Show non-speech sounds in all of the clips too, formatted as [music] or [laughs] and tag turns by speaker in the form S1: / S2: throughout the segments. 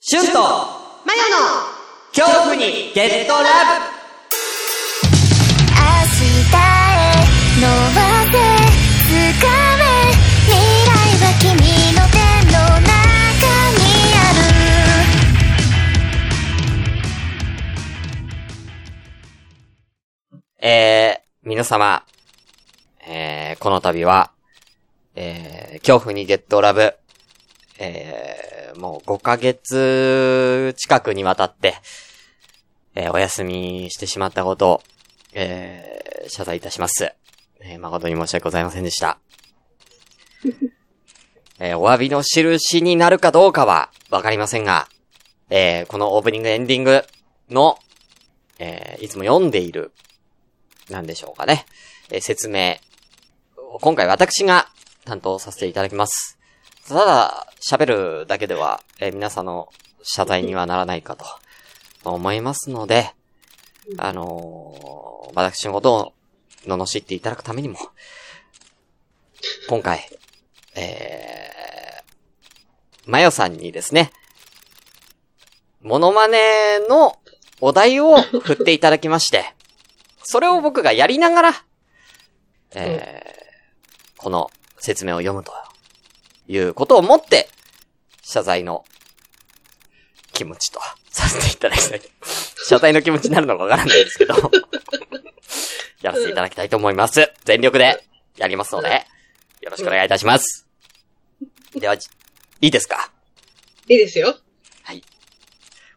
S1: シュンと
S2: マヨの
S1: 恐怖にゲットラブ
S3: 明日へ伸ばせ掴め未来は君の手の中にある
S1: えー、皆様、えー、この度は、えー、恐怖にゲットラブ、えー、もう5ヶ月近くにわたって、えー、お休みしてしまったことを、えー、謝罪いたします。えー、誠に申し訳ございませんでした。えー、お詫びの印になるかどうかは、わかりませんが、えー、このオープニングエンディングの、えー、いつも読んでいるなんでしょうかね。えー説明。今回私が担当させていただきます。ただ、喋るだけでは、えー皆さんの謝罪にはならないかと、まあ思いますので、あのー私のことを罵っていただくためにも、今回、えー、まよさんにですね、モノマネのお題を振っていただきまして、それを僕がやりながら、えーこの説明を読むということをもって、謝罪の気持ちとさせていただきたい。謝罪の気持ちになるのかわからないですけど、やらせていただきたいと思います。全力でやりますので、よろしくお願いいたします。では、じいいですか
S2: いいですよ。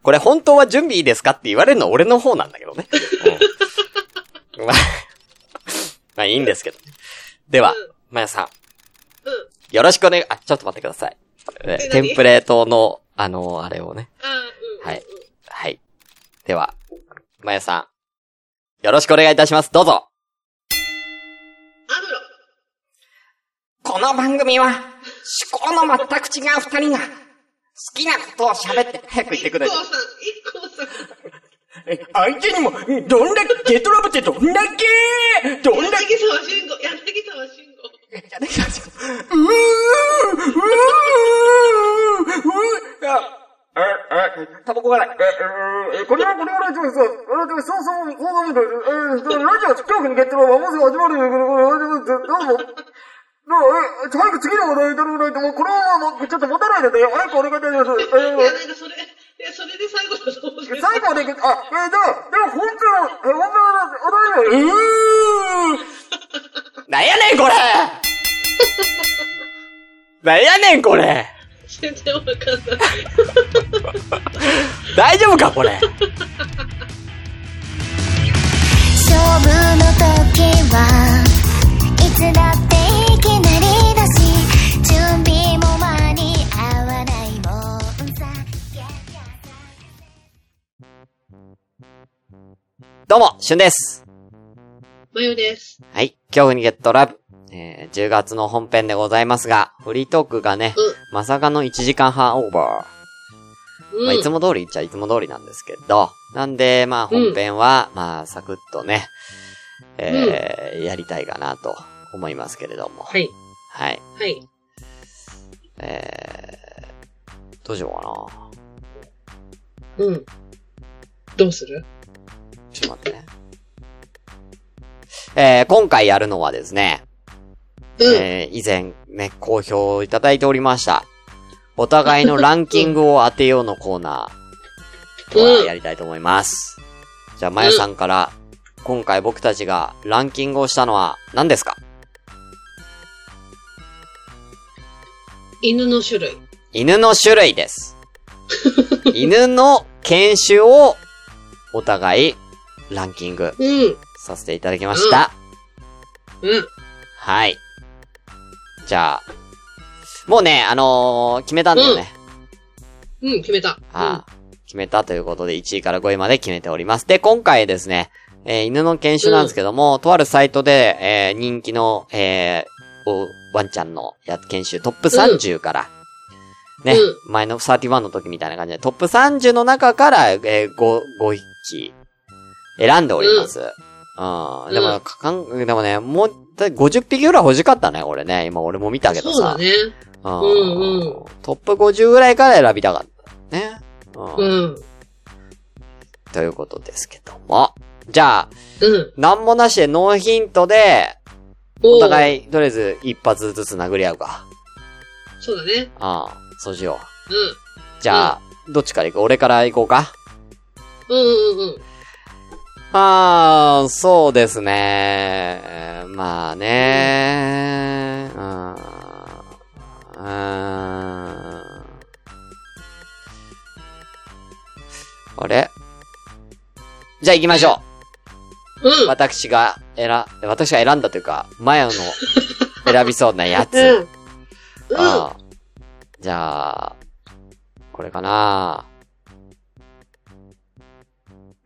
S1: これ本当は準備いいですかって言われるのは俺の方なんだけどね。うん、まあ、まあいいんですけど。では、まやさん。
S2: うん
S1: よろしくお願い、あ、ちょっと待ってください。え
S2: え何
S1: テンプレートの、あの、あれをね。
S2: あうん。
S1: はい。はい。では、まやさん。よろしくお願いいたします。どうぞ。
S2: アムロ。
S1: この番組は、思考の全く違う二人が、好きなことを喋って、早く言ってください。
S2: IKKO さん、IKKO さん。
S4: 相手にも、どんだけ、ゲトラブってどんだけどんだけ、
S2: 柳沢慎吾、柳沢慎吾。
S4: うーうーうーうーあ、あ、あ、タバコがない。え、え、これは、これは、そうそう、そうそう、こうだけど、え、ラジオ、恐怖にゲットラブはもうすぐ始まるよ、どうも。どうも、早く次の話題いただかないと、もうこれはもう、ちょっと持たないので、早くお願いい
S2: い
S4: たします
S2: や、。なんかそれ、いや、それで最後だと思うけど。
S4: 最後で、あ、えー、でも、でも、本当は、え、本当は、お題よ。うー
S1: なんやねんこれなんやねんこれ
S2: 全然わかんない。
S1: 大丈夫かこれ
S3: 勝負の時はいつだっていきなりだし準備も間に合わないもんさ
S1: どうも、しゅんです。
S2: マヨです。
S1: はい、恐怖にゲットラブ。えー、10月の本編でございますが、フリートークがね、まさかの1時間半オーバ
S2: うん。
S1: ー。
S2: うん。
S1: まあ、いつも通りっちゃいつも通りなんですけど、なんで、まあ、本編は、まあ、サクッとね、えーやりたいかなと思いますけれども。
S2: はい。
S1: はい。
S2: はい。
S1: えー、どうしようかな。
S2: うん。どうする
S1: ちょっと待ってね。えー、今回やるのはですね、
S2: うん。
S1: えー、以前ね、好評いただいておりました。お互いのランキングを当てようのコーナー
S2: う
S1: を
S2: ん
S1: やりたいと思います。じゃあ、まやさんから、今回僕たちがランキングをしたのは何ですか
S2: 犬の種類。
S1: 犬の種類です。犬の犬種をお互いランキング
S2: うん。
S1: させていただきました。
S2: うん。
S1: はい。じゃあ、もうね、あのー決めたんだよね。
S2: うん、決めた。
S1: ああ決めたということで、1位から5位まで決めております。で、今回ですね、えー犬の犬種なんですけども、とあるサイトで、えー人気の、えーおワンちゃんのや犬種トップ30から、ね、
S2: う
S1: 前の31の時みたいな感じで、トップ30の中から、えー、5、5匹、選んでおります。うん。で
S2: う
S1: も、
S2: ん
S1: かかん、でもね、もう、だい50匹ぐらい欲しかったね、俺ね。今俺も見た
S2: うん。
S1: けど
S2: そうだ
S1: さ。
S2: ね。
S1: うん
S2: うんうん
S1: トップ50ぐらいから選びたかった。ね。う。
S2: うんん。
S1: ということですけども。じゃあ、
S2: うん。
S1: なんもなしでノーヒントで、
S2: お
S1: お
S2: い。
S1: 互い、とりあえず一発ずつ殴り合うか。
S2: そうだね。
S1: ああ、そうしよう。
S2: うん。
S1: じゃあ、どっちから行く俺から行こうか
S2: うんうんうん。
S1: ああ、そうですね。まあね。うん。うん。あれじゃあ行きましょう。
S2: う
S1: 私が選、私が選んだというか、マヤの選びそうなやつ。
S2: ん。うん。うん。
S1: ああじゃあ、これかな。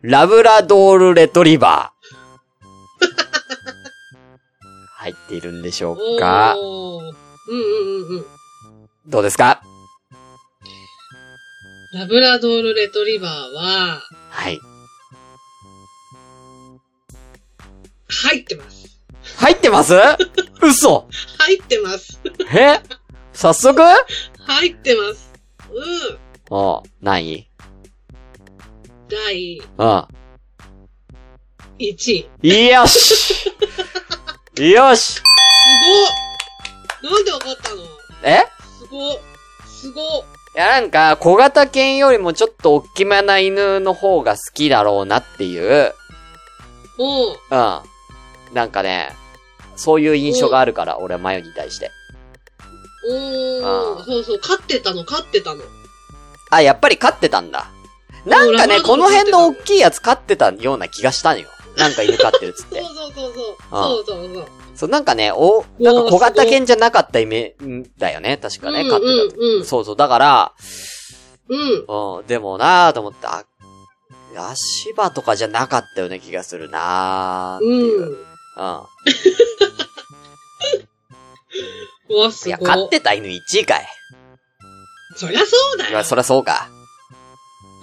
S1: ラブラドールレトリバ
S2: [laughs]
S1: ー。入っているんでしょうか
S2: おーうんうんうんうん。
S1: どうですか
S2: ラブラドールレトリバーは、
S1: はい。
S2: 入ってます。
S1: 入って
S2: [laughs]
S1: ます嘘
S2: 入ってます。
S1: え早速
S2: 入ってます。うん。
S1: おう、何
S2: 第
S1: うん。
S2: 1位。す
S1: よ
S2: [laughs]
S1: しよし
S2: ごっなんでわかったの
S1: え
S2: すごっすごっ
S1: いや、なんか、小型犬よりもちょっと大きめな犬の方が好きだろうなっていう、
S2: おう
S1: うん。なんかね、そういう印象があるから、俺はマヨに対して。あ
S2: お
S1: ー
S2: ーそうそう、飼ってたの、飼ってたの。
S1: あ、やっぱり飼ってたんだ。なんかね、
S2: うん
S1: この辺
S2: ラ
S1: の
S2: ブ
S1: 大
S2: ラドル飼ってたの
S1: きいやつ飼ってたような気がしたのよ。なんか犬飼ってるっつっ
S2: そ [laughs]
S1: て
S2: う。そうそうそう。
S1: あー
S2: そうそうそう。
S1: そう、なんかね、お、なんか小
S2: うわすご
S1: 型
S2: い
S1: 犬じゃなかったイメージだよね、確かね、
S2: うん
S1: 飼ってた
S2: うんう
S1: と。
S2: ん
S1: そうそう、だから、
S2: うん。
S1: うん、でもなぁと思って、あ、足場とかじゃなかったような気がするなぁっていう。
S2: うん。
S1: うん。
S2: うわ、す
S1: いや、
S2: ご
S1: 飼っ
S2: い。
S1: てた犬1位かい。
S2: そりゃそうだ
S1: い
S2: よ。
S1: や、そりゃそうか。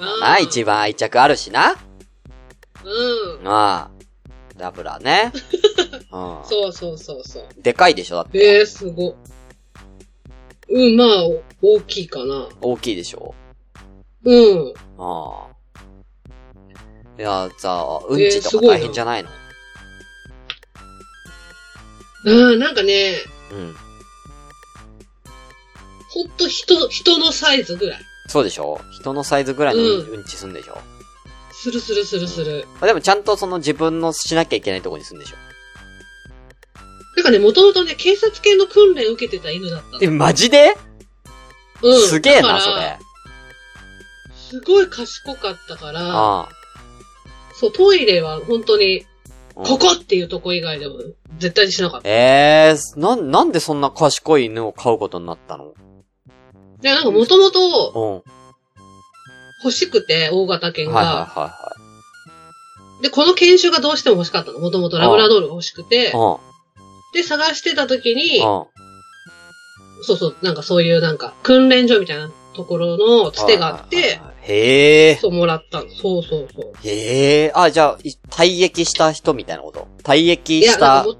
S2: あー
S1: まあ、一番愛着あるしな。
S2: うん。
S1: ああ。ラブラ
S2: [laughs]
S1: ね。う
S2: そうそうそうそう。
S1: ん。でかいでしょだって。
S2: ええー、すごっ。うん、まあ、お大きいかな。
S1: 大きいでしょ
S2: うん。
S1: ああ。いや、じゃあ、うんちとか大変じゃないの、
S2: うん、なんかね、
S1: うん。
S2: ほんと人、人のサイズぐらい。
S1: そうでしょ人のサイズぐらいの
S2: うん
S1: うんちすんでしょ、
S2: するするするする。
S1: まあでもちゃんとその自分のしなきゃいけないとこにすんでしょ
S2: なんかね、もともとね、警察系の訓練受けてた犬だったの。
S1: え、マジで、
S2: うん。
S1: すげえ
S2: だか
S1: な、
S2: ら
S1: それ。
S2: すごい賢かったから、
S1: あ
S2: そう、トイレは本当に、
S1: あ。
S2: ここっていうとこ以外でも絶対にしなかった。
S1: ええー、なん、なんでそんな賢い犬を飼うことになったの
S2: で、なんかもともと
S1: うん。
S2: 欲しくて、大型犬
S1: はいはい
S2: が。
S1: は
S2: で、この犬種がどうしても欲しかったの。もともとラブラドールが欲しくて
S1: い。、う
S2: で、探してた時に、
S1: ん。うん。
S2: そうそう、なんかそういうなんか、訓練所みたいなところのつてがあっ
S1: はいはい
S2: て
S1: は、いはい。へえ。
S2: そうもらったの。そうそうそう。
S1: へえ。あ、じゃあ、い退役した人みたいなこと退役し
S2: なん
S1: た
S2: かも、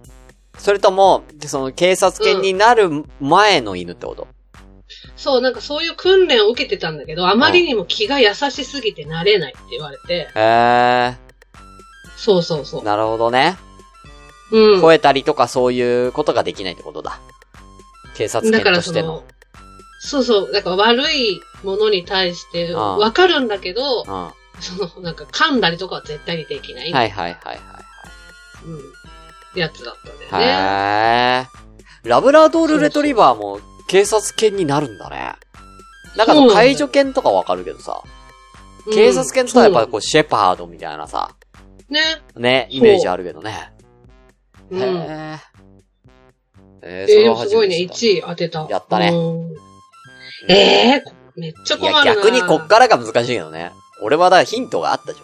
S1: それとも、その、警察犬になる前の犬ってこと、
S2: そう、なんかそういう訓練を受けてたんだけど、あまりにも気が優しすぎて慣れないって言われて、
S1: へ
S2: そうそうそ
S1: え。なるほどね。
S2: う。うん。
S1: 吠えたりとかそういうことができないってことだ。警察
S2: だ
S1: 犬
S2: から
S1: と
S2: そ
S1: しての
S2: の。、そうそう、なんか悪いものに対して、
S1: ん
S2: わかるんだけど
S1: う、ん。は
S2: その、なんか噛んだりとかは絶対にできない。
S1: いはいはいはい
S2: うん。やつだったんだよね。
S1: はい。へえ。ラブラドールレトリバーも警察犬になるんだね。なんかあ
S2: そ
S1: の、
S2: うなんだよ
S1: 介助犬とかわかるけどさ、
S2: うん
S1: 警察犬とはやっぱこう、シェパードみたいなさ、
S2: ね。
S1: ね、
S2: そう
S1: イメージあるけどね。
S2: うん。
S1: へえ。えー、
S2: え
S1: それ
S2: ー、
S1: は初めて知った
S2: すごいね、1位当てた。
S1: やったね
S2: うん。えーこめっちゃ
S1: い
S2: 困るな
S1: や、逆にこっからが難しいけどね。俺はだからヒントがあった状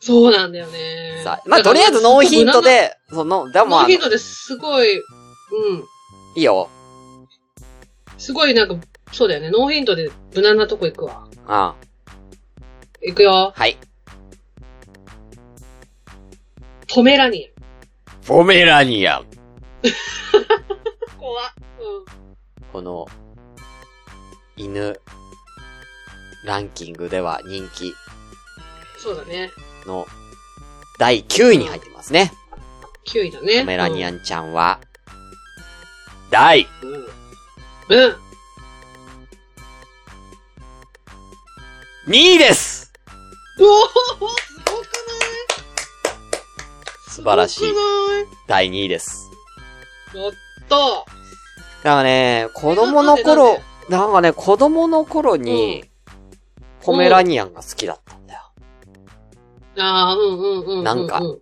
S2: そうなんだよね
S1: 態。。さあ、まあ、とりあえずノーヒントで、その、で
S2: だから。
S1: も
S2: ノ
S1: ま
S2: ー
S1: あ、
S2: ヒン
S1: い
S2: トですごい、うん。
S1: いよ。
S2: すごいなんか、そうだよね。ノーヒントで無難なとこ行くわ。
S1: うん。は
S2: 行くよ。
S1: い。
S2: ポメラニ
S1: ポメラニアン。
S2: アン。怖っ。
S1: この、犬、ランキングでは人気
S2: そうだね。
S1: の第9位に入ってますね。
S2: 9位だね。
S1: ポメラニア
S2: ン。
S1: ンちゃんは、第
S2: うん。うん。
S1: 2位です
S2: おおすごくない
S1: 素晴らしい
S2: すごくない
S1: 第2位です。
S2: やった
S1: だからね、子供の頃、なんかね、子供の頃に、ポメラニアンが好きだったんだよ。
S2: ああ、うんうんうんうん。
S1: なんか
S2: うん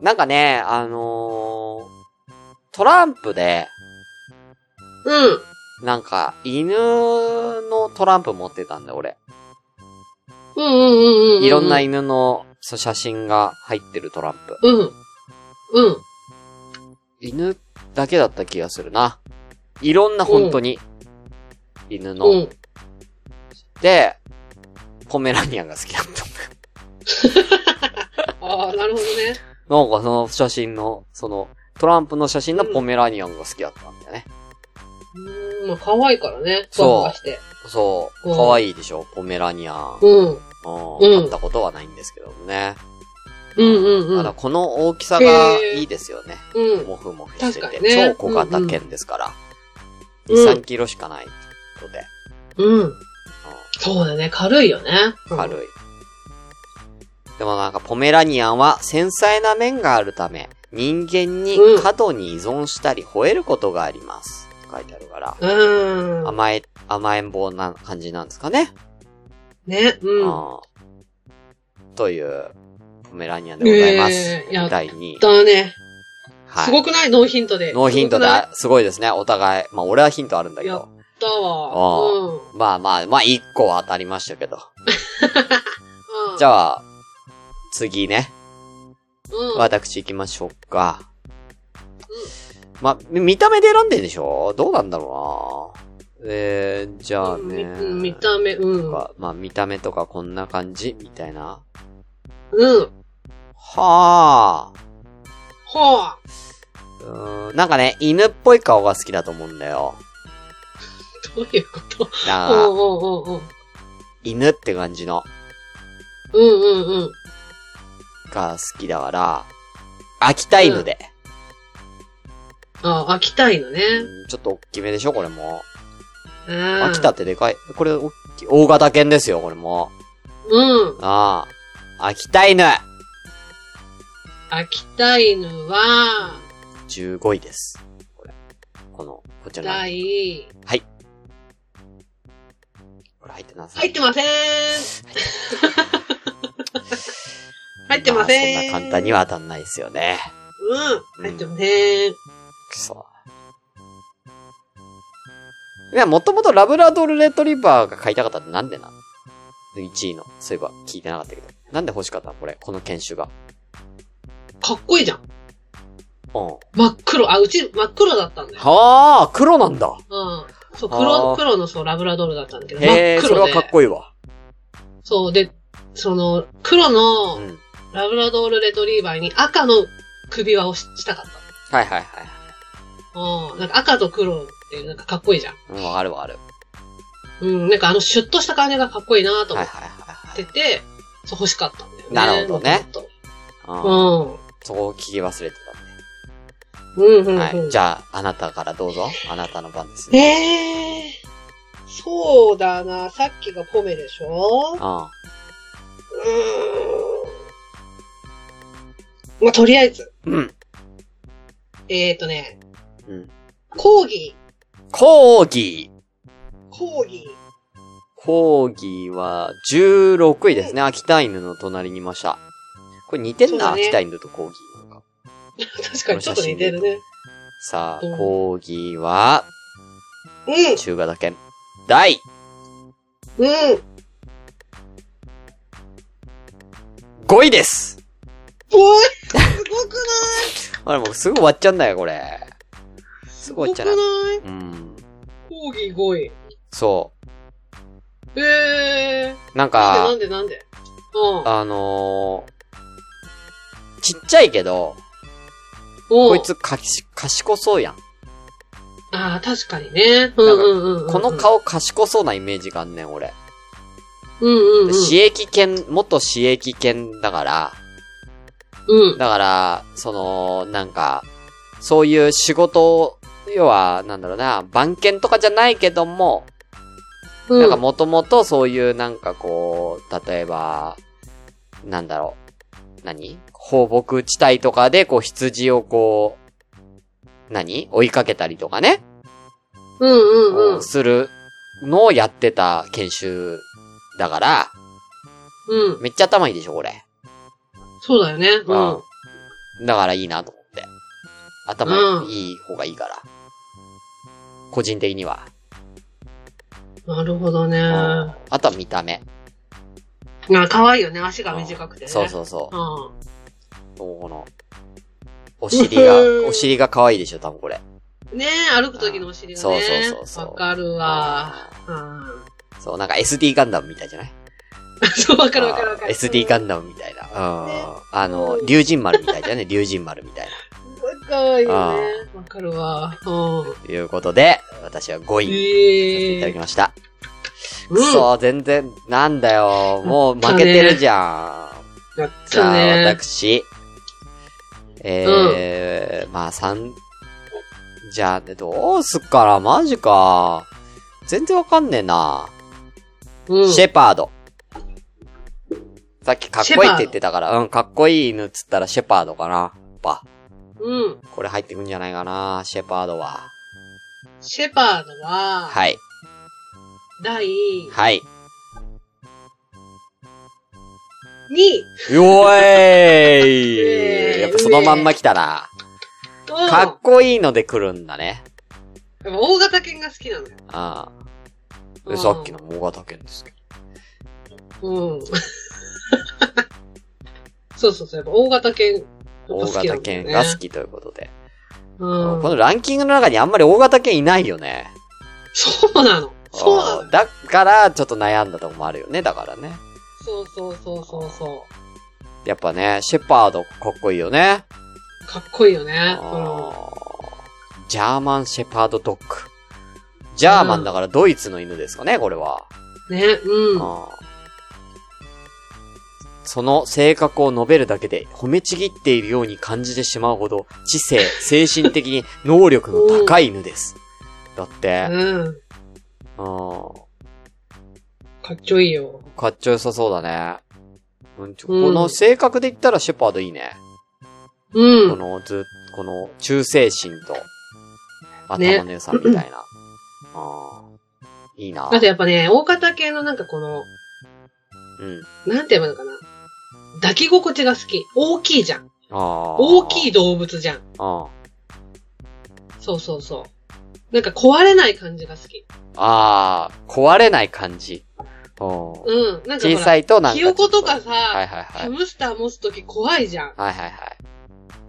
S1: なんかね、あのートランプで、
S2: うん。
S1: なんか、犬のトランプ持ってたんだよ、俺。
S2: うんうんうんうん。
S1: いろんな犬のそう写真が入ってるトランプ。
S2: うん。うん。
S1: 犬だけだった気がするな。いろんな本当に、犬の。
S2: うん。
S1: で、ポメラニアンが好きだった。
S2: ああ、なるほどね。
S1: なんかその写真の、その、トランプの写真のポメラニアンが好きだったんだよね。
S2: うーん、まあ、可愛いからね。
S1: そう
S2: ふわふわして。
S1: そう。
S2: うん
S1: 可愛いでしょポメラニアン。
S2: うん。うん
S1: うん。
S2: う
S1: 買
S2: ん
S1: ったことはないんですけどもね。
S2: うんう
S1: ただ
S2: ん。
S1: この大きさがいいですよね。
S2: うん。
S1: もふもふして
S2: 確
S1: て。
S2: かにね
S1: 超小型犬ですから。
S2: うん
S1: 2、
S2: うん
S1: 3キロしかないので。
S2: うん。そうだね。軽いよね。
S1: うん軽い。でもなんかポメラニアンは繊細な面があるため、人間に
S2: うん
S1: 過度に依存したり吠えることがあります。書いてあるから。
S2: い。うん。
S1: 甘え、甘えん坊な感じなんですかね。
S2: ね。うん。
S1: あーという、ポメラニアンでございます。
S2: えーやっ
S1: 第2位。
S2: だね。
S1: は
S2: す
S1: い。
S2: ごくないノーヒントで。
S1: ノーヒント
S2: すごくない
S1: だ。すごいですね、お互い。まあ、俺はヒントあるんだけ
S2: や
S1: ど
S2: っ。たわ。うん。うん。
S1: まあまあ、まあ、1個は当たりましたけど。じ
S2: ゃあ、
S1: ゃあ、次ね。
S2: うん。
S1: 私行きましょうか。まあ、み見た目で選んでんでしょどうなんだろうなえー、じゃあ
S2: うんみ
S1: ね。
S2: うん見た目、うん。
S1: かまあ、見た目とかこんな感じみたいな。
S2: うん。
S1: はあ。
S2: ほう。
S1: うーん、なんかね、犬っぽい顔が好きだと思うんだよ。
S2: どういうこと
S1: なん
S2: お
S1: か、
S2: うおうおうおう。
S1: 犬って感じの
S2: うんうんうん。
S1: が好きだから、飽きたいので。
S2: あ、飽きたいのね。
S1: うんちょっと大きめでしょこれも。
S2: うん。
S1: 飽きたってでかい。これ、おっき大型犬ですよ、これも。
S2: うん。
S1: ああ。飽きた犬
S2: 飽きたいのは、
S1: !15 位です。これ。この、こちらの。はい。
S2: 第、
S1: これ入ってなさ
S2: 入
S1: い。
S2: ってません入ってませ
S1: あそ
S2: ん、
S1: んな簡単に。は当たんないですよね。
S2: うん。入ってません。
S1: くそ。いや、もともとラブラドルレトリバーが買いたかったってなんでなの ?1 位の。そういえば聞いてなかったけど。なんで欲しかったのこれ。この犬種が。
S2: かっこいいじゃん。
S1: うん。
S2: 真っ黒。あ、うち真っ黒だったんだよ。
S1: はあ、黒なんだ。
S2: うん。そう、
S1: あー
S2: 黒、黒のそう、ラブラドルだったんだけど、真
S1: へえ、
S2: っ
S1: それ
S2: 黒
S1: は
S2: で。
S1: かっこいいわ。
S2: そう、で、その、黒
S1: う
S2: の
S1: ん。
S2: ラブラドルレトリーバーに赤の首輪をししたかった。
S1: はいはいはい。
S2: うん。なんか赤と黒ってなんかかっこいいじゃん。
S1: うん、わかるわかる。
S2: うん。なんかあのシュッとした感じがかっこいいなと
S1: は
S2: 思
S1: いはい
S2: っ
S1: はいはい
S2: てて、そう欲しかったんだよね。
S1: なるほどね
S2: もっと。
S1: うん
S2: もっ
S1: そこを聞き忘れてたね。
S2: とうん。うん、うん、うん。
S1: はい。じゃあ、あなたからどうぞ。あなたの番ですね。
S2: ええー。そうだな。さっきがポメでしょ
S1: うん。は
S2: うーん。まあ、とりあえず。
S1: うん。
S2: えーとね。
S1: うん。
S2: 講義。
S1: コーギー。
S2: 講義。
S1: コーギーは16位ですね。秋田犬の隣にいました。これ似てん
S2: そう
S1: な、
S2: だね
S1: 秋田犬とコーギーなんか。
S2: 確かにちょっと似てるね。
S1: さあ、
S2: うん
S1: コーギーは
S2: うん。
S1: 中型犬。第
S2: うん。
S1: 5位です
S2: おいすごくない
S1: あれもうすぐ終わっちゃうんだよ、これ。 [laughs] す
S2: す
S1: ごい
S2: ご
S1: じ
S2: く
S1: ゃ
S2: な
S1: ないいうん。
S2: 講義5位。
S1: そ
S2: ええ
S1: う。なん
S2: ー。
S1: か
S2: な、んでなんでなんでうん。
S1: あのー、ちっちゃいけど、
S2: こ
S1: こい。つかし、賢そうやん。
S2: ああ、確かにね。うんうんうんうん。
S1: この。顔賢そうなイメージがあんねん、俺。
S2: うんうんうん。
S1: 市役犬、元市役犬だから、
S2: うん。
S1: だから、その、なんか、そういう仕事を、要は、なんだろうな、番犬とかじゃないけども、
S2: う
S1: なん
S2: ん
S1: かもともとそういうなんかこう、例えば、なんだろう、何放牧地帯とかでこう羊をこう、何追いかけたりとかね、
S2: うんうんうん。
S1: するのをやってた研修だから、
S2: うん。
S1: めっちゃ頭いいでしょ、これ。
S2: そうだよね。うん。うん
S1: うん。だからいいなと思って。頭いい方がいいから。個人的には。
S2: なるほどね。
S1: あ
S2: あ、
S1: とは見た目。
S2: 可愛いよね。足が短くてね。
S1: そうそうそう。
S2: う。
S1: この、お尻が、お尻が可愛いでしょ、多分これ。
S2: ん。ねえ、歩く時のお尻がね。
S1: そうそうそうそう
S2: わかるわ。うん。 [laughs]
S1: そう、なんか SD ガンダムみたいじゃない
S2: そう、わかるわかるわかる。
S1: あー SD ガ
S2: ン。
S1: ンダムみたいな。うん。
S2: ね
S1: あの、竜神丸みたい
S2: [laughs]
S1: だよね、竜神丸みたい
S2: 可愛いよね。わかるわ。うん。
S1: な。いうことで、私は5位、させてい
S2: え
S1: ただき
S2: え。
S1: ました。
S2: う
S1: く
S2: ん。
S1: そ、全然、なんだよ、もう負けてるじゃん。
S2: やっ
S1: じゃ
S2: た
S1: あ、
S2: ね。
S1: 私、えー、まあ、三、じゃあ、ね、どうすっから、マジか。全然わかんねえな。
S2: うん。
S1: シェパード。さっきかっこいいって言ってたから、うん、かっこいい犬っつったらシェパードかな。やっぱ、
S2: うん。
S1: これ入ってくんじゃないかな、シェパードは。
S2: シェパードは、
S1: はい、
S2: 第
S1: はい。
S2: 2位。
S1: うおえ
S2: [laughs]
S1: い
S2: えー
S1: やっぱそのまんま来たな。
S2: うん
S1: かっこいいので来るんだね。
S2: やっぱ大型犬が好きなのよ。
S1: あ
S2: う
S1: あ。
S2: ん
S1: さっきの大型犬ですけど。
S2: うん。そうそうそう。やっぱ大型犬。やっぱ
S1: 大
S2: 好き
S1: 型
S2: なんだよ
S1: 犬
S2: ね
S1: が好きということで。
S2: うん
S1: このランキングの中にあんまり大型犬いないよね。
S2: そうなの。そうなの。
S1: あーだから、ちょっと悩んだとこもあるよね、だからね。
S2: そうそうそうそうそ
S1: やっぱね、シェパードかっこいいよね。
S2: う。かっこいいよね。うん。
S1: あージャーマンシェパードドッグ。ジャーマンだからドイツの犬ですかね、これは。
S2: ね、うん。
S1: あーその性格を述べるだけで褒めちぎっているように感じてしまうほど知性、精神的に能力の高い犬です。だって、
S2: うん。
S1: うん、
S2: かっちょいいよ。
S1: かっちょよさそうだね。うん、ちょ
S2: うん
S1: この性格で言ったらシェパードいいね。
S2: う
S1: こ
S2: ん。
S1: のず、この忠誠心と頭の良さみたいな。あーいいな。
S2: あとやっぱね、大型犬のなんかこの、
S1: うん。
S2: なんて言えばいいのかな。抱き心地が好き。大きいじゃん。
S1: 大
S2: 大き
S1: い。
S2: い動物じゃん。
S1: あー
S2: そうそうそう。なんか壊れない感じが好き。
S1: あー、壊れない感じ。うん
S2: うん。なんかほ
S1: 小
S2: ら
S1: さいとなんか。
S2: ひよことかさ、
S1: はいはいは
S2: ハ
S1: い。
S2: ムスター持つとき怖いじゃん。
S1: はいはいはい。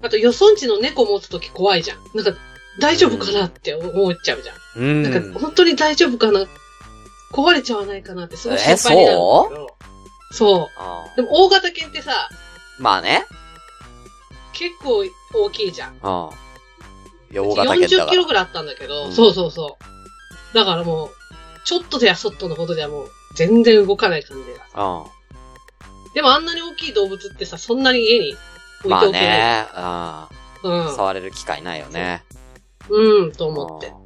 S2: あと、予算地の猫持つとき怖いじゃん。なんか、大丈夫かなって思っちゃうじゃん。
S1: う
S2: なん
S1: ん
S2: か、。本当に大丈夫かな壊れちゃわないかなってすごい
S1: え
S2: 心配になるんだけど。そう
S1: あー
S2: でも、大型犬ってさ、
S1: まあね。
S2: 結構大きいじゃん。
S1: うん。いや大型犬だ
S2: 40
S1: か
S2: キロ
S1: ら。
S2: ぐらいあったんだけど、
S1: うん
S2: そうそうそう。だからもう、ちょっとやそっとのことではもう、全然動かない感じが。
S1: うん。
S2: でも、あんなに大きい動物ってさ、そんなに家に置い
S1: ま
S2: て
S1: あ
S2: おけな
S1: ね。
S2: い。
S1: うん。触れる機会ないよね。
S2: うん。うん、と思って。
S1: うん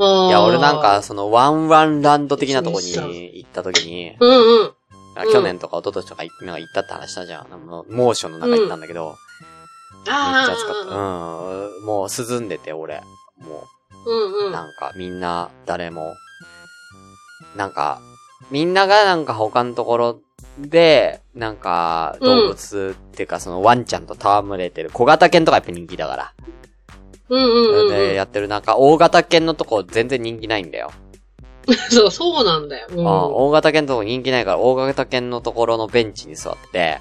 S2: い
S1: いや、俺なんか、、その、ワンワンランド的なとこに行った時に、
S2: うんうん。
S1: あ去年とか一昨年とか行なんか行ったって話したじゃん。もう猛暑の中行ったんだけど、めっちゃ暑かった。
S2: ああ。
S1: うん。もう涼んでて、俺。も
S2: うんう
S1: う、
S2: ん。
S1: なんか、みんな、誰も、なんか、みんながなんか他のところで、なんか、動物っていうか、そのワンちゃんと戯れてる。小型犬とかやっぱ人気だから。
S2: うんうんうん
S1: で、
S2: うん。
S1: やってるなんか、大型犬のとこ全然人気ないんだよ。
S2: そう、そうなんだよ。うん。
S1: ああ大型犬のとこ人気ないから、大型犬のところのベンチに座って、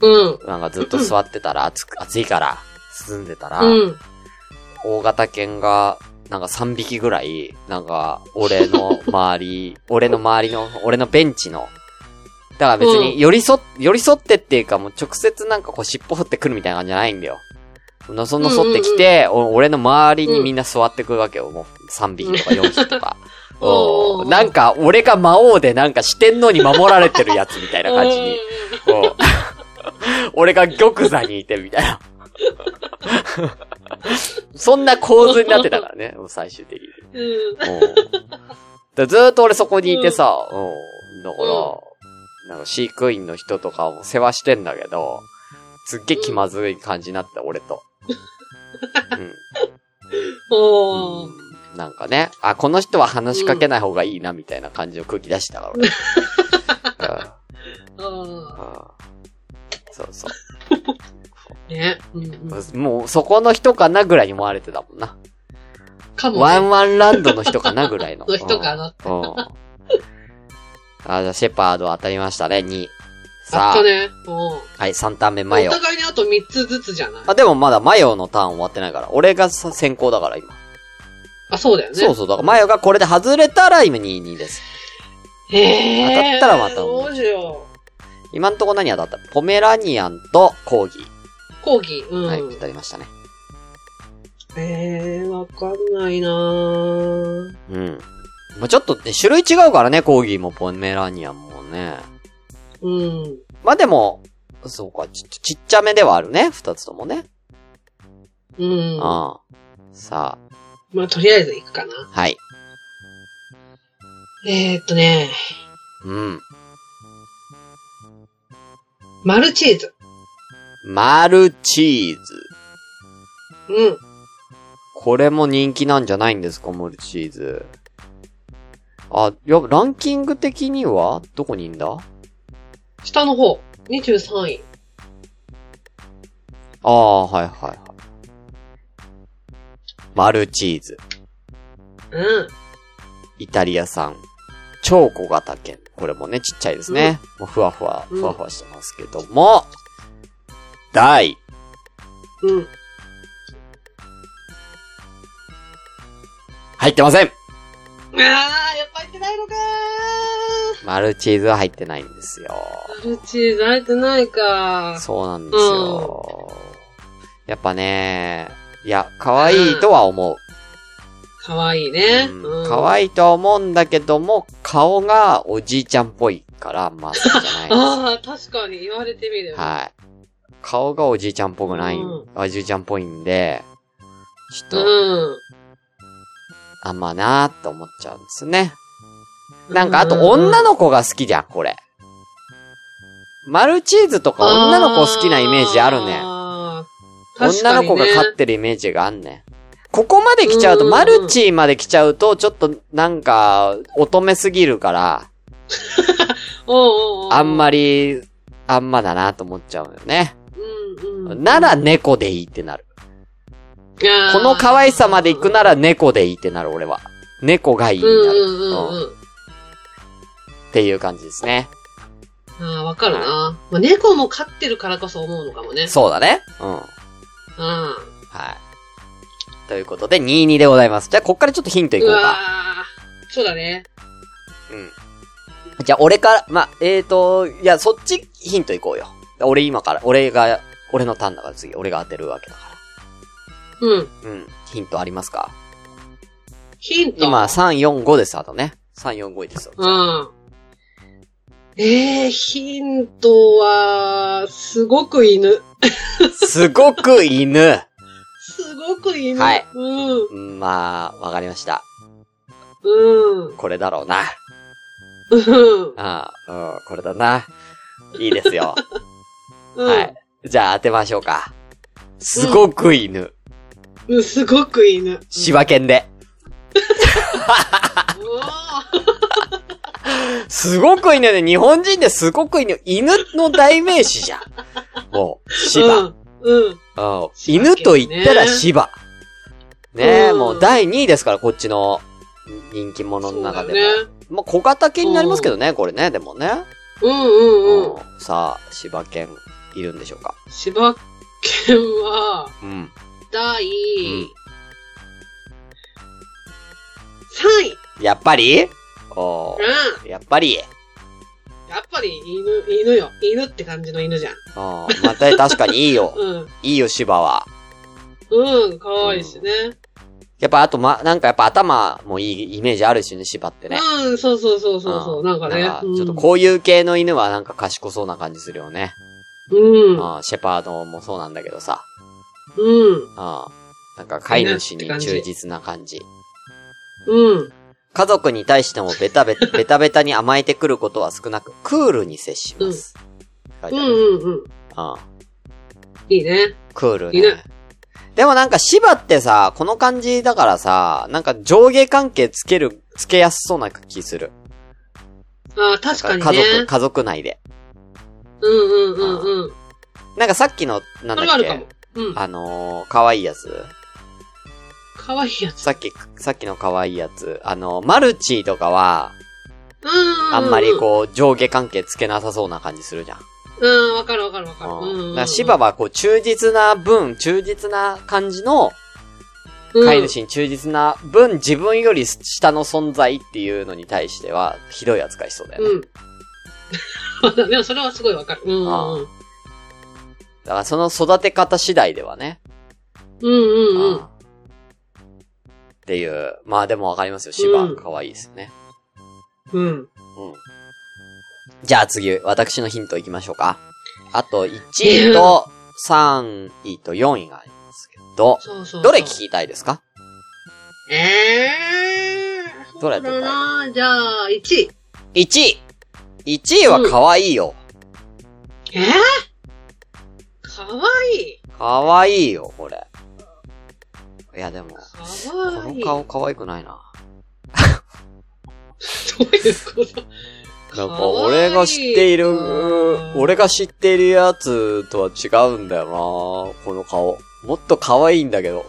S2: うん。
S1: なんかずっと座ってたら、暑く、暑いから、涼んでたら、
S2: うん。
S1: 大型犬が、なんか3匹ぐらい、なんか、俺の周り、 [laughs] 俺の周りの、俺のベンチの、だから別
S2: うん
S1: に寄り添っ、寄り添ってっていうかもう直接なんかこう尻尾振ってくるみたいな感じじゃないんだよ。のそのそってきて、お俺の周りにみんな座ってくるわけよ。もう3匹とか4匹とか。うんなんか、俺が魔王でなんか四天王に守られてるやつみたいな感じに。うん俺が玉座にいてみたいな。そんな構図になってたからね、もう最終的に。
S2: うん。うん。
S1: うんでずーっと俺そこにいてさ、うん。だから、なんか飼育員の人とかも世話してんだけど、すっげえ気まずい感じになった、俺と。うん。
S2: おー。
S1: なんかね、あ、この人は話しかけない方がいいな、みたいな感じを空気出してた [laughs] から、俺。うん
S2: あ
S1: うんそうそ
S2: ーね。うんうん。
S1: う。もう、そこの人かなぐらいに思われてたもんな。
S2: かも、ね。
S1: ワンワンランドの人かなぐらいの。
S2: の人かな。
S1: うん。うん。あ、じゃあ、シェパード当たりましたね、2。さ
S2: あ
S1: あ、
S2: とね。うん。
S1: はい、3ターン目、
S2: お
S1: マヨ。
S2: 互いにあと3つずつじゃない
S1: あ、でもまだマヨのターン終わってないから。俺がさ先行だから、今。
S2: あ、そうだよね。
S1: そうそう、だからマヨがこれで外れたら今22です。
S2: へー。
S1: 当たったらまた
S2: どうしよ
S1: 今んとこ何当たったポメラニアンとコーギー。
S2: う。講義。うん。
S1: はい、当たりましたね。
S2: えー、わかんないなぁ。
S1: うん。まあ、ちょっとね、種類違うからね、コーギーもポメラニアンもね。
S2: うん。
S1: まあ、でも、そうか、ちょっとちっちゃめではあるね、二つともね。
S2: うん。
S1: ああさ
S2: まあ、とりあえず行くかな
S1: あ、。はい。
S2: えー、っとね、
S1: うん。
S2: マルチーズ。
S1: マルチーズ。
S2: うん。
S1: これも人気なんじゃないんですか、マルチーズ。あ、いや、ランキング的には、どこにいんだ
S2: 下の方。23位。
S1: ああ、はいはいはい。マルチーズ。
S2: うん。
S1: イタリア産。超小型犬。これもね、ちっちゃいですね。もうふわふわ、
S2: うん
S1: ふわふわしてますけども。第
S2: うん。
S1: 入ってません
S2: あー、やっぱ入ってないのか
S1: マルチーズは入ってないんですよ。
S2: ー。マルチーズ入ってないかー。
S1: そうなんですよ。やっぱね、いや、可愛いとは思う。
S2: かわいいね。
S1: う
S2: うんん。
S1: 可愛いとは思うんだけども、顔がおじいちゃんっぽいから、まあ、そうじゃないです。
S2: あー、確かに言われてみれば。
S1: はい。顔がおじいちゃんっぽくない、
S2: うん
S1: おじいちゃんっぽいんで、ちょっ
S2: う
S1: と、
S2: ん。
S1: あんまなーって思っちゃうんですね。なんか、あと、女の子が好きじゃん、これ。マルチーズとか女の子好きなイメージあるね。
S2: あー確
S1: 女
S2: か
S1: の
S2: にね。
S1: 子が飼ってるイメージがあんね。ここまで来ちゃうと、
S2: うんうん
S1: マルチーまで来ちゃうと、ちょっと、なんか、乙女すぎるから、
S2: おうおうおう
S1: あんまり、あんまだなと思っちゃうよね。
S2: うんうん。
S1: なら猫でいいってなる。
S2: あー、
S1: この可愛さまで行くなら猫でいいってなる、俺は。猫がいいに
S2: うんう
S1: なる。
S2: んうんう
S1: っ
S2: ん。
S1: ていう感じですね。
S2: ああ、わかるな。まあ、猫も飼ってるからこそ思うのかもね。
S1: そうだね。うん。は
S2: うん。う
S1: い。ということで、22でございます。じゃあ、こっからちょっとヒントいこう
S2: わ
S1: か。
S2: ーそうだね。
S1: うん。じゃあ、俺から、まあ、えーと、いや、そっちヒントいこうよ。俺今から、俺が、俺のターンだから次、俺が当てるわけだか
S2: うん。
S1: ら。うん。ヒントありますか
S2: ヒント。
S1: 今、3、4、5です、あとね。3、4、5ですよ。
S2: うん。えー、ヒントは、すごく犬。
S1: すごく犬。
S2: すごく犬。
S1: はい
S2: うん。
S1: まあ、わかりました。
S2: うん。
S1: これだろうな。
S2: うん。
S1: ああ、うん、これだな。いいですよ。
S2: [laughs] うん
S1: はい。。じゃあ当てましょうか。すごく犬。
S2: うん、すごく犬。
S1: 柴犬で。
S2: うんうわ
S1: すごく犬で、日本人ですごく犬。犬の代名詞じゃん。もう、
S2: ーう
S1: 柴。
S2: ん。うん。
S1: うん
S2: 柴犬ね
S1: 犬と言ったら柴。ねえ、
S2: うん
S1: もう第2位ですから、こっちの人気者の中でも。
S2: そうだね
S1: まあ、小型犬になりますけどね、これね、でもね。
S2: うんうんうん。
S1: うんさあ、柴犬、いるんでしょうか。
S2: 柴犬は、
S1: うん。
S2: 第、
S1: ん
S2: 3位。
S1: やっぱりおー
S2: うん。
S1: やっぱり。
S2: やっぱり犬、犬よ。犬って感じの犬じゃん。
S1: ああ、ま
S2: [laughs]
S1: た確かにいいよ。
S2: うん。
S1: いいよ、芝は。
S2: うん、可愛いしね。
S1: やっぱあとま、なんかやっぱ頭もいいイメージあるしね、柴ってね。
S2: うん、そうそうそうそうそう、なんかね。うん
S1: ちょっとこういう系の犬はなんか賢そうな感じするよね。
S2: うん。うん。
S1: うん、シェパードもそうなんだけどさ。うん。なんか飼い主に忠実な感じ。
S2: うん。
S1: 家族に対してもベタベタ、 [laughs] ベタベタに甘えてくることは少なく、クールに接します。書い
S2: うん
S1: てある
S2: うんう
S1: う
S2: ん。
S1: ん
S2: いいね。
S1: クール
S2: いいね
S1: ね。でもなんか芝ってさ、この感じだからさ、なんか上下関係つける、つけやすそうな気する。
S2: ああ、確かに
S1: 家
S2: ね
S1: 族、。家族内で。
S2: うんうんうんうん。
S1: なんかさっきの、なんだ
S2: それはあ
S1: っ
S2: るかも
S1: け。
S2: うん。
S1: あのー、可愛いやつ。
S2: かわいいやつ。
S1: さっき、さっきの可愛いやつ。あのー、マルチとかは、
S2: うんうんうん。
S1: あんまりこう、上下関係つけなさそうな感じするじゃん。
S2: う。うん、わかるわかるわかる。うんうん
S1: う。
S2: うんん。
S1: だから芝はこう、忠実な分、忠実な感じの、飼い主に忠実な分、自分より下の存在っていうのに対しては、ひどい扱いしそうだよね。
S2: うん。うん。でもそれはすごいわかる。うんうんうん。
S1: だからその育て方次第ではね。
S2: うんうんう
S1: うん
S2: ん。
S1: っていう。まあでもわかりますよ。芝、
S2: うん
S1: 可愛いですね。
S2: うん。
S1: うん。じゃあ次、私のヒントいきましょうか。あと、1位と3位と4位がありますけど、
S2: そうそうそう。
S1: どれ聞きたいですか
S2: ええー。
S1: どれ
S2: そうだなじゃあ、1位。
S1: ?1 位 !1 位は可愛いよ。
S2: えー、かわいい。
S1: 可愛いよ、これ。いやでも、
S2: か
S1: こ
S2: わい
S1: の
S2: い。
S1: 顔可愛くないな。
S2: どういうこと
S1: なんか、俺が知っている、
S2: うん
S1: 俺が知っているやつとは違うんだよなこの顔。もっと可愛いんだけど。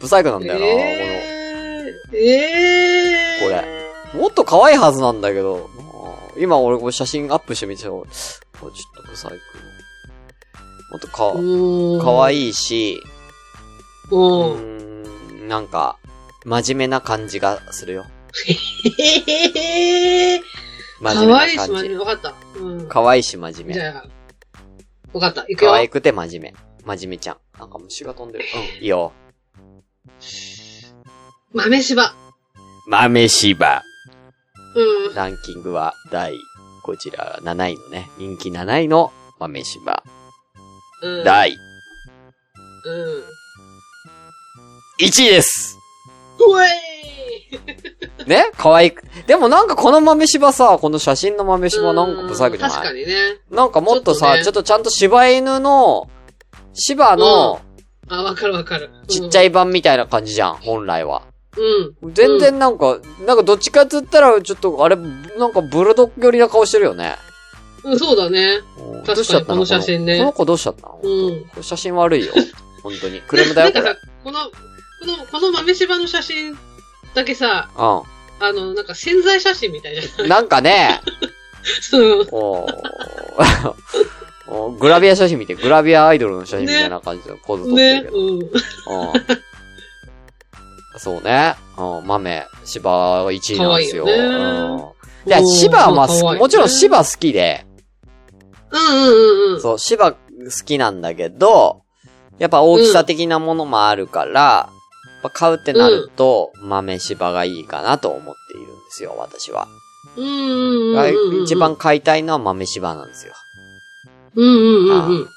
S1: 不細工なんだよな、
S2: えー、えー、
S1: この、これ。もっと可愛いはずなんだけど、なあ今俺これ写真アップしてみてよ。これちょっと不細工。もっとか、
S2: れ
S1: 可
S2: い。
S1: 愛いし、う
S2: うん。
S1: ーん、なんか、真面目な感じがするよ。
S2: えー、
S1: 真
S2: か
S1: 面目
S2: わいいし、
S1: な
S2: 真
S1: 感
S2: 面目。
S1: じ。
S2: わかった。うん。
S1: 可愛いし真面
S2: じ
S1: 目。
S2: ゃあ、わかった。いくよ
S1: 可。愛くて真面目。真面目ちゃん。なんか虫が飛んでる。うん、いいよ。
S2: 豆柴。
S1: 豆柴。
S2: うん。
S1: ランキングは第、こちら7位のね、人気7位の豆柴。
S2: うん。
S1: 第
S2: うん。
S1: 1位です
S2: ほえ
S1: ね可愛いく。でもなんかこの豆柴さ、この写真の豆
S2: ー
S1: 柴なんか不細工じゃ
S2: 確
S1: な
S2: か
S1: い
S2: にね。
S1: なんかもっとさ、ちょ
S2: ちょっとね
S1: っとちゃんと柴犬の、柴の
S2: あ、わかるわかる。
S1: ちっちゃ
S2: い。
S1: い版みたいな感じじゃん、本来は。
S2: うん。
S1: 全然なんか、なんかどっちかっつったら、ちょっとあれ、なんかブルドッグ寄りな顔してるよね。
S2: うん、そうだね。
S1: うん
S2: 確かに
S1: どうしちゃったの
S2: この写真ね
S1: この子どうしちゃったの、
S2: うん
S1: これ写真悪いよ。本当に。クレームだよ、こ
S2: な
S1: れ。
S2: ん
S1: う
S2: かさ、この、この、この豆柴の写真だけ
S1: ん。
S2: さ、あの、なんか潜在写真みたいじゃない
S1: なんかね、
S2: うん。
S1: おー [laughs] おーグラビア写真見て、グラビアアイドルの写真みたいな感じのポーズ撮って
S2: ね、
S1: るけど。
S2: うん。
S1: うん、そうね。うん、豆、芝が1位なんですよ。
S2: 可愛いよね
S1: うん、で、芝はまあ、
S2: 可愛いね
S1: もちろん芝好きで、
S2: うんうんうんうん。
S1: そう、芝好きなんだけど、やっぱ大きさ的なものもあるから、やっぱ買うってなると、豆芝がいいかなと思っているんですよ、私は。
S2: うんうんうんうんうん。
S1: 一番。買いたいのは豆芝なんですよ。
S2: うんうんうんうん。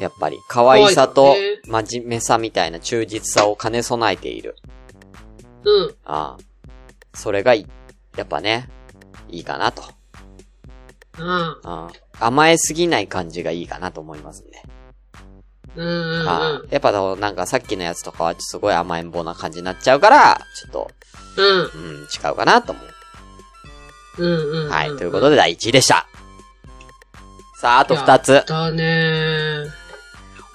S1: やっぱり、可愛さと
S2: 可愛いよ
S1: 真面目さみたいな忠実さを兼ね備えている。
S2: うん。
S1: ああ。それがい、やっぱね、いいかなと。
S2: あ
S1: ああ甘えすぎない感じがいいかなと思いますね。
S2: あ。うんうんうん。
S1: ああやっぱそうなんかさっきのやつとかはすごい甘えん坊な感じになっちゃうから、ちょっと、
S2: うん
S1: うん、違うかなと思う。
S2: うんうん。
S1: はい、ということで第1位でした。さあ、あと2つ。
S2: だね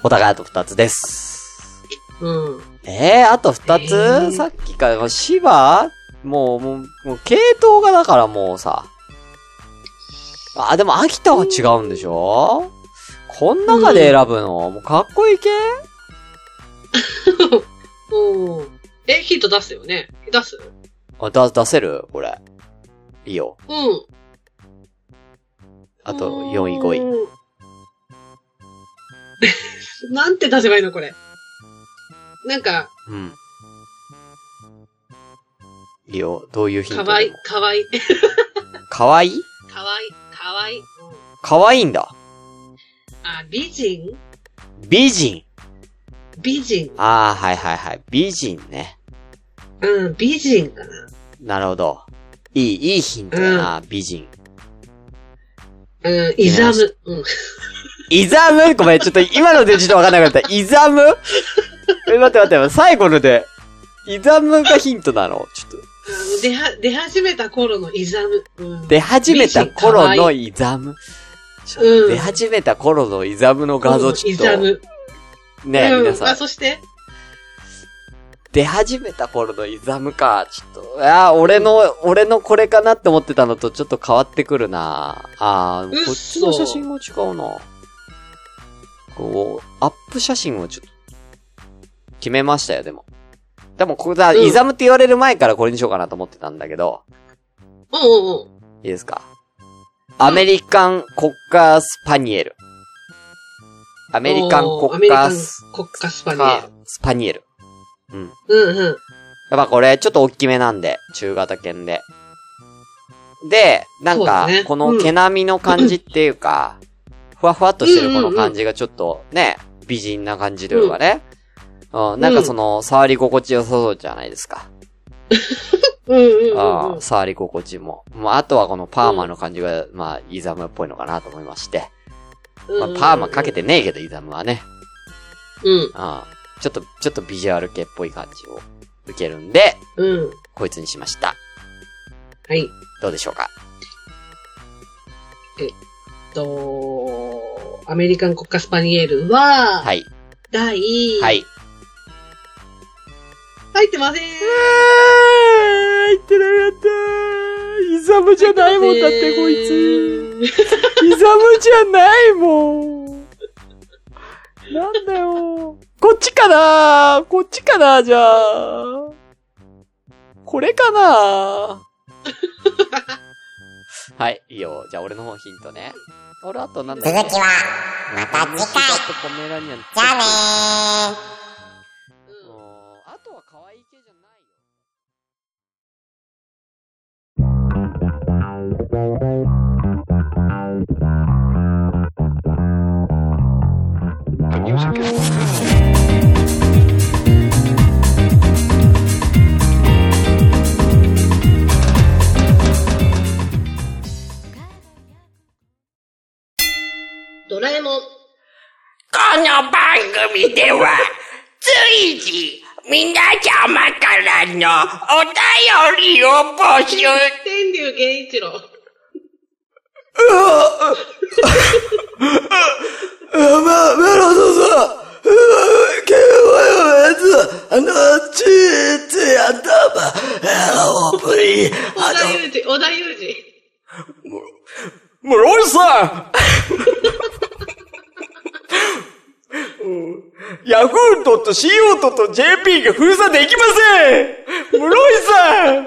S1: お互いあと2つです。
S2: ー。うん。
S1: ええー、あと二つ、
S2: えー
S1: さっきから、もう芝もう、もう、もう、系統がだからもうさ。あ、でも秋田は違うんでしょ、こん中で選ぶの、もうかっこいい系
S2: おーえ、ヒント出すよね出す
S1: あ、だ、出せるこれ。いいよ。
S2: うん。
S1: あと、4位、5位。
S2: 位。なんて出せばいいのこれ。なんか、
S1: うん。いいよ、どういうヒン
S2: か
S1: ト
S2: わい、かわいい。 [laughs]
S1: かわいい
S2: かわいい、かわいい。うん
S1: かわいいんだ。
S2: あ、美人
S1: 美人。
S2: 美人。
S1: ああ、はいはいはい。美人ね。
S2: うん、美人かな。
S1: なるほど。いい、いいヒントだな、美人。
S2: うん、イザム。うん。 [laughs]
S1: イザムごめん、ちょっと今のでちょっとわかんなかった。イザムえ、待って待って待って、最後ので、イザムがヒントなのちょっと。
S2: 出は、出始めた頃のイザム。うん。
S1: 出始めた頃のイザム。ちょっと
S2: うん
S1: 出始めた頃のイザムの画像ちょっと
S2: イ、ザム。
S1: ね、
S2: うん、
S1: 皆さ
S2: あ、
S1: ん、
S2: そして
S1: 出始めた頃のイザムか。ちょっと、ああ、俺の、俺のこれかなって思ってたのとちょっと変わってくるな。ああ、こっちの写真も違うな。こう、アップ写真をちょっと、決めましたよ、でも。でも、ここだ、
S2: うん
S1: イザムって言われる前からこれにしようかなと思ってたんだけど、
S2: うんうんうん。
S1: いいですか。アメリカン国家スパニエル。ア
S2: ア
S1: メリカン国家ス
S2: 国家スパニエ
S1: スパニエル。
S2: ル。うんうん。
S1: やっぱこれ、ちょっと大きめなんで、中型犬で。で、なん
S2: そ
S1: か
S2: うだね、
S1: こ
S2: う
S1: の
S2: ん
S1: 毛並みの感じっていうか、ふわふわっとしてるこの感じがちょっとね、美人な感じというかね。うん、なんかその、触り心地良さそうじゃないですか。
S2: うんうんうん
S1: あ
S2: うん
S1: あ。触り心地も。まあ、あとはこのパーマの感じが、まあ、イザムっぽいのかなと思いまして。
S2: うん
S1: ま
S2: う
S1: あ
S2: ん、
S1: パーマかけてねえけど、イザムはね。
S2: うん
S1: うん。ちょっと、ちょっとビジュアル系っぽい感じを受けるんで、
S2: うん。
S1: こいつにしました。
S2: はい。えっ
S1: どうでしょうか
S2: と、アメリカン国家スパニエルは、
S1: はい。
S2: 第、
S1: はい。
S2: 入ってません。
S1: 入ってなかった。イザムじゃないもんだって、こいつ。
S2: つ。
S1: イザムじゃないもん。なんだよ。こっちかなこっちかなじゃあ。これかなはい、いいよ。じゃあ俺の方ヒントね。俺あとなんだ
S5: 続きは、また次回。
S1: ポメラニアン
S5: じゃあね
S1: う
S5: ー。
S1: んあとは可愛い系じゃないよ。
S2: ドラえもん。
S5: この番組では、随時、皆様からのお便りを募集。
S2: 天竜源一郎。
S6: やば、メロドさん、うぅ、ケーのやつ、あの、チーズやったば、えー、オープニング、
S2: 小田裕二、小田裕二。
S6: 室井さんヤフードと CO と JP が封鎖できません室井さん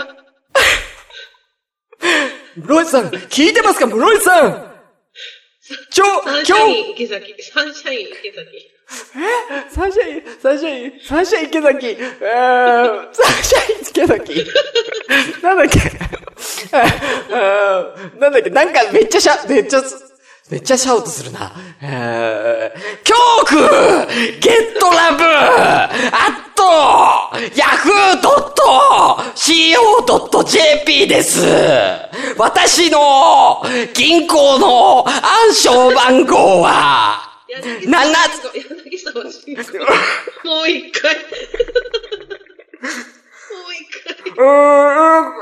S6: 室井さん、聞いてますか室井さんちょ、
S2: サンシ
S6: 今
S2: ャ
S6: 日
S2: イン池崎。サンシャイン池崎。
S6: サンシャイン、サンシャイン、サンシャイン池崎、えー、サンシャイン池崎、なんだっけ、あーなんだっけ、なんかめっちゃシャ、めっちゃ、めっちゃシャウトするな。えー、教区ゲットラブアットヤフードット CO ドット JP です私の銀行の暗証番号は、
S2: 柳
S6: な
S2: 沢
S6: な
S2: 慎吾柳沢慎吾。もう一回。もう一回。
S4: えー、え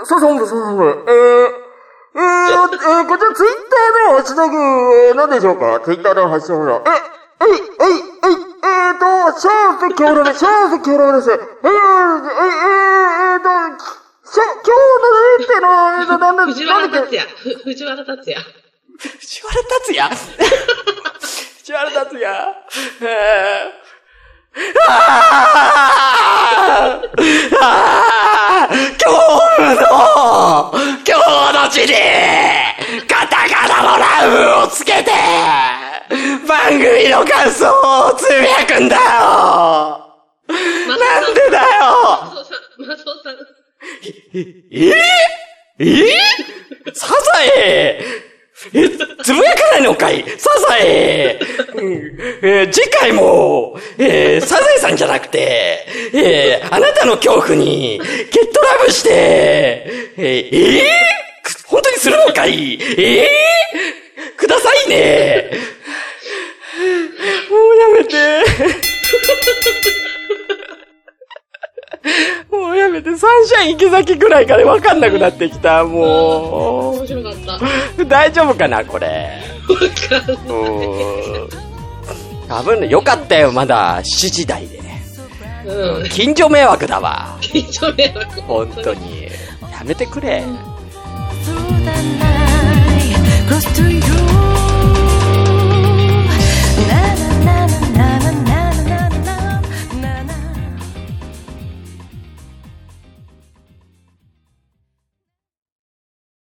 S4: ー、ささんぶささんぶ、えー、えー、えー、こちらツイッターのハッシュタグ、なんでしょうかツイッターのハッシュタグの、え、えい、えい、えい、えーと、シャーズキョロです、シャーズキョロです、えー、えー、えー、えーと、しゃ、今日の日ってのは、えーと、なんで、
S2: 藤原
S4: なんで
S2: 達也。ふ藤原達也。
S6: 藤原達也藤原達也えーあーあー今日の今日の地にカタカナのラウンをつけて番組の感想をつぶやくんだよ
S2: マス
S6: なんでだよ
S2: オさん、マスオさん、
S6: えええ
S1: サザエえ、つぶやかないのかいサザエ、うんえー次回も、えーサザエさんじゃなくて、えーあなたの恐怖に、ゲットラブして、えーえー本当にするのかいええくださいね
S6: [laughs] もうやめて。もうやめて、サンシャイン池崎ぐらいからわかんなくなってきた、も
S2: 面白かった。わ
S6: う。大丈夫かな、これ。
S2: かん
S6: う
S2: ない。
S6: ーん
S1: 多分ね、よかったよ、まだ、7時台で。
S2: うん。
S1: 近所迷惑だわ。
S2: 緊張迷惑。
S1: 本当。に。やめてくれ。
S3: そうだない Close to you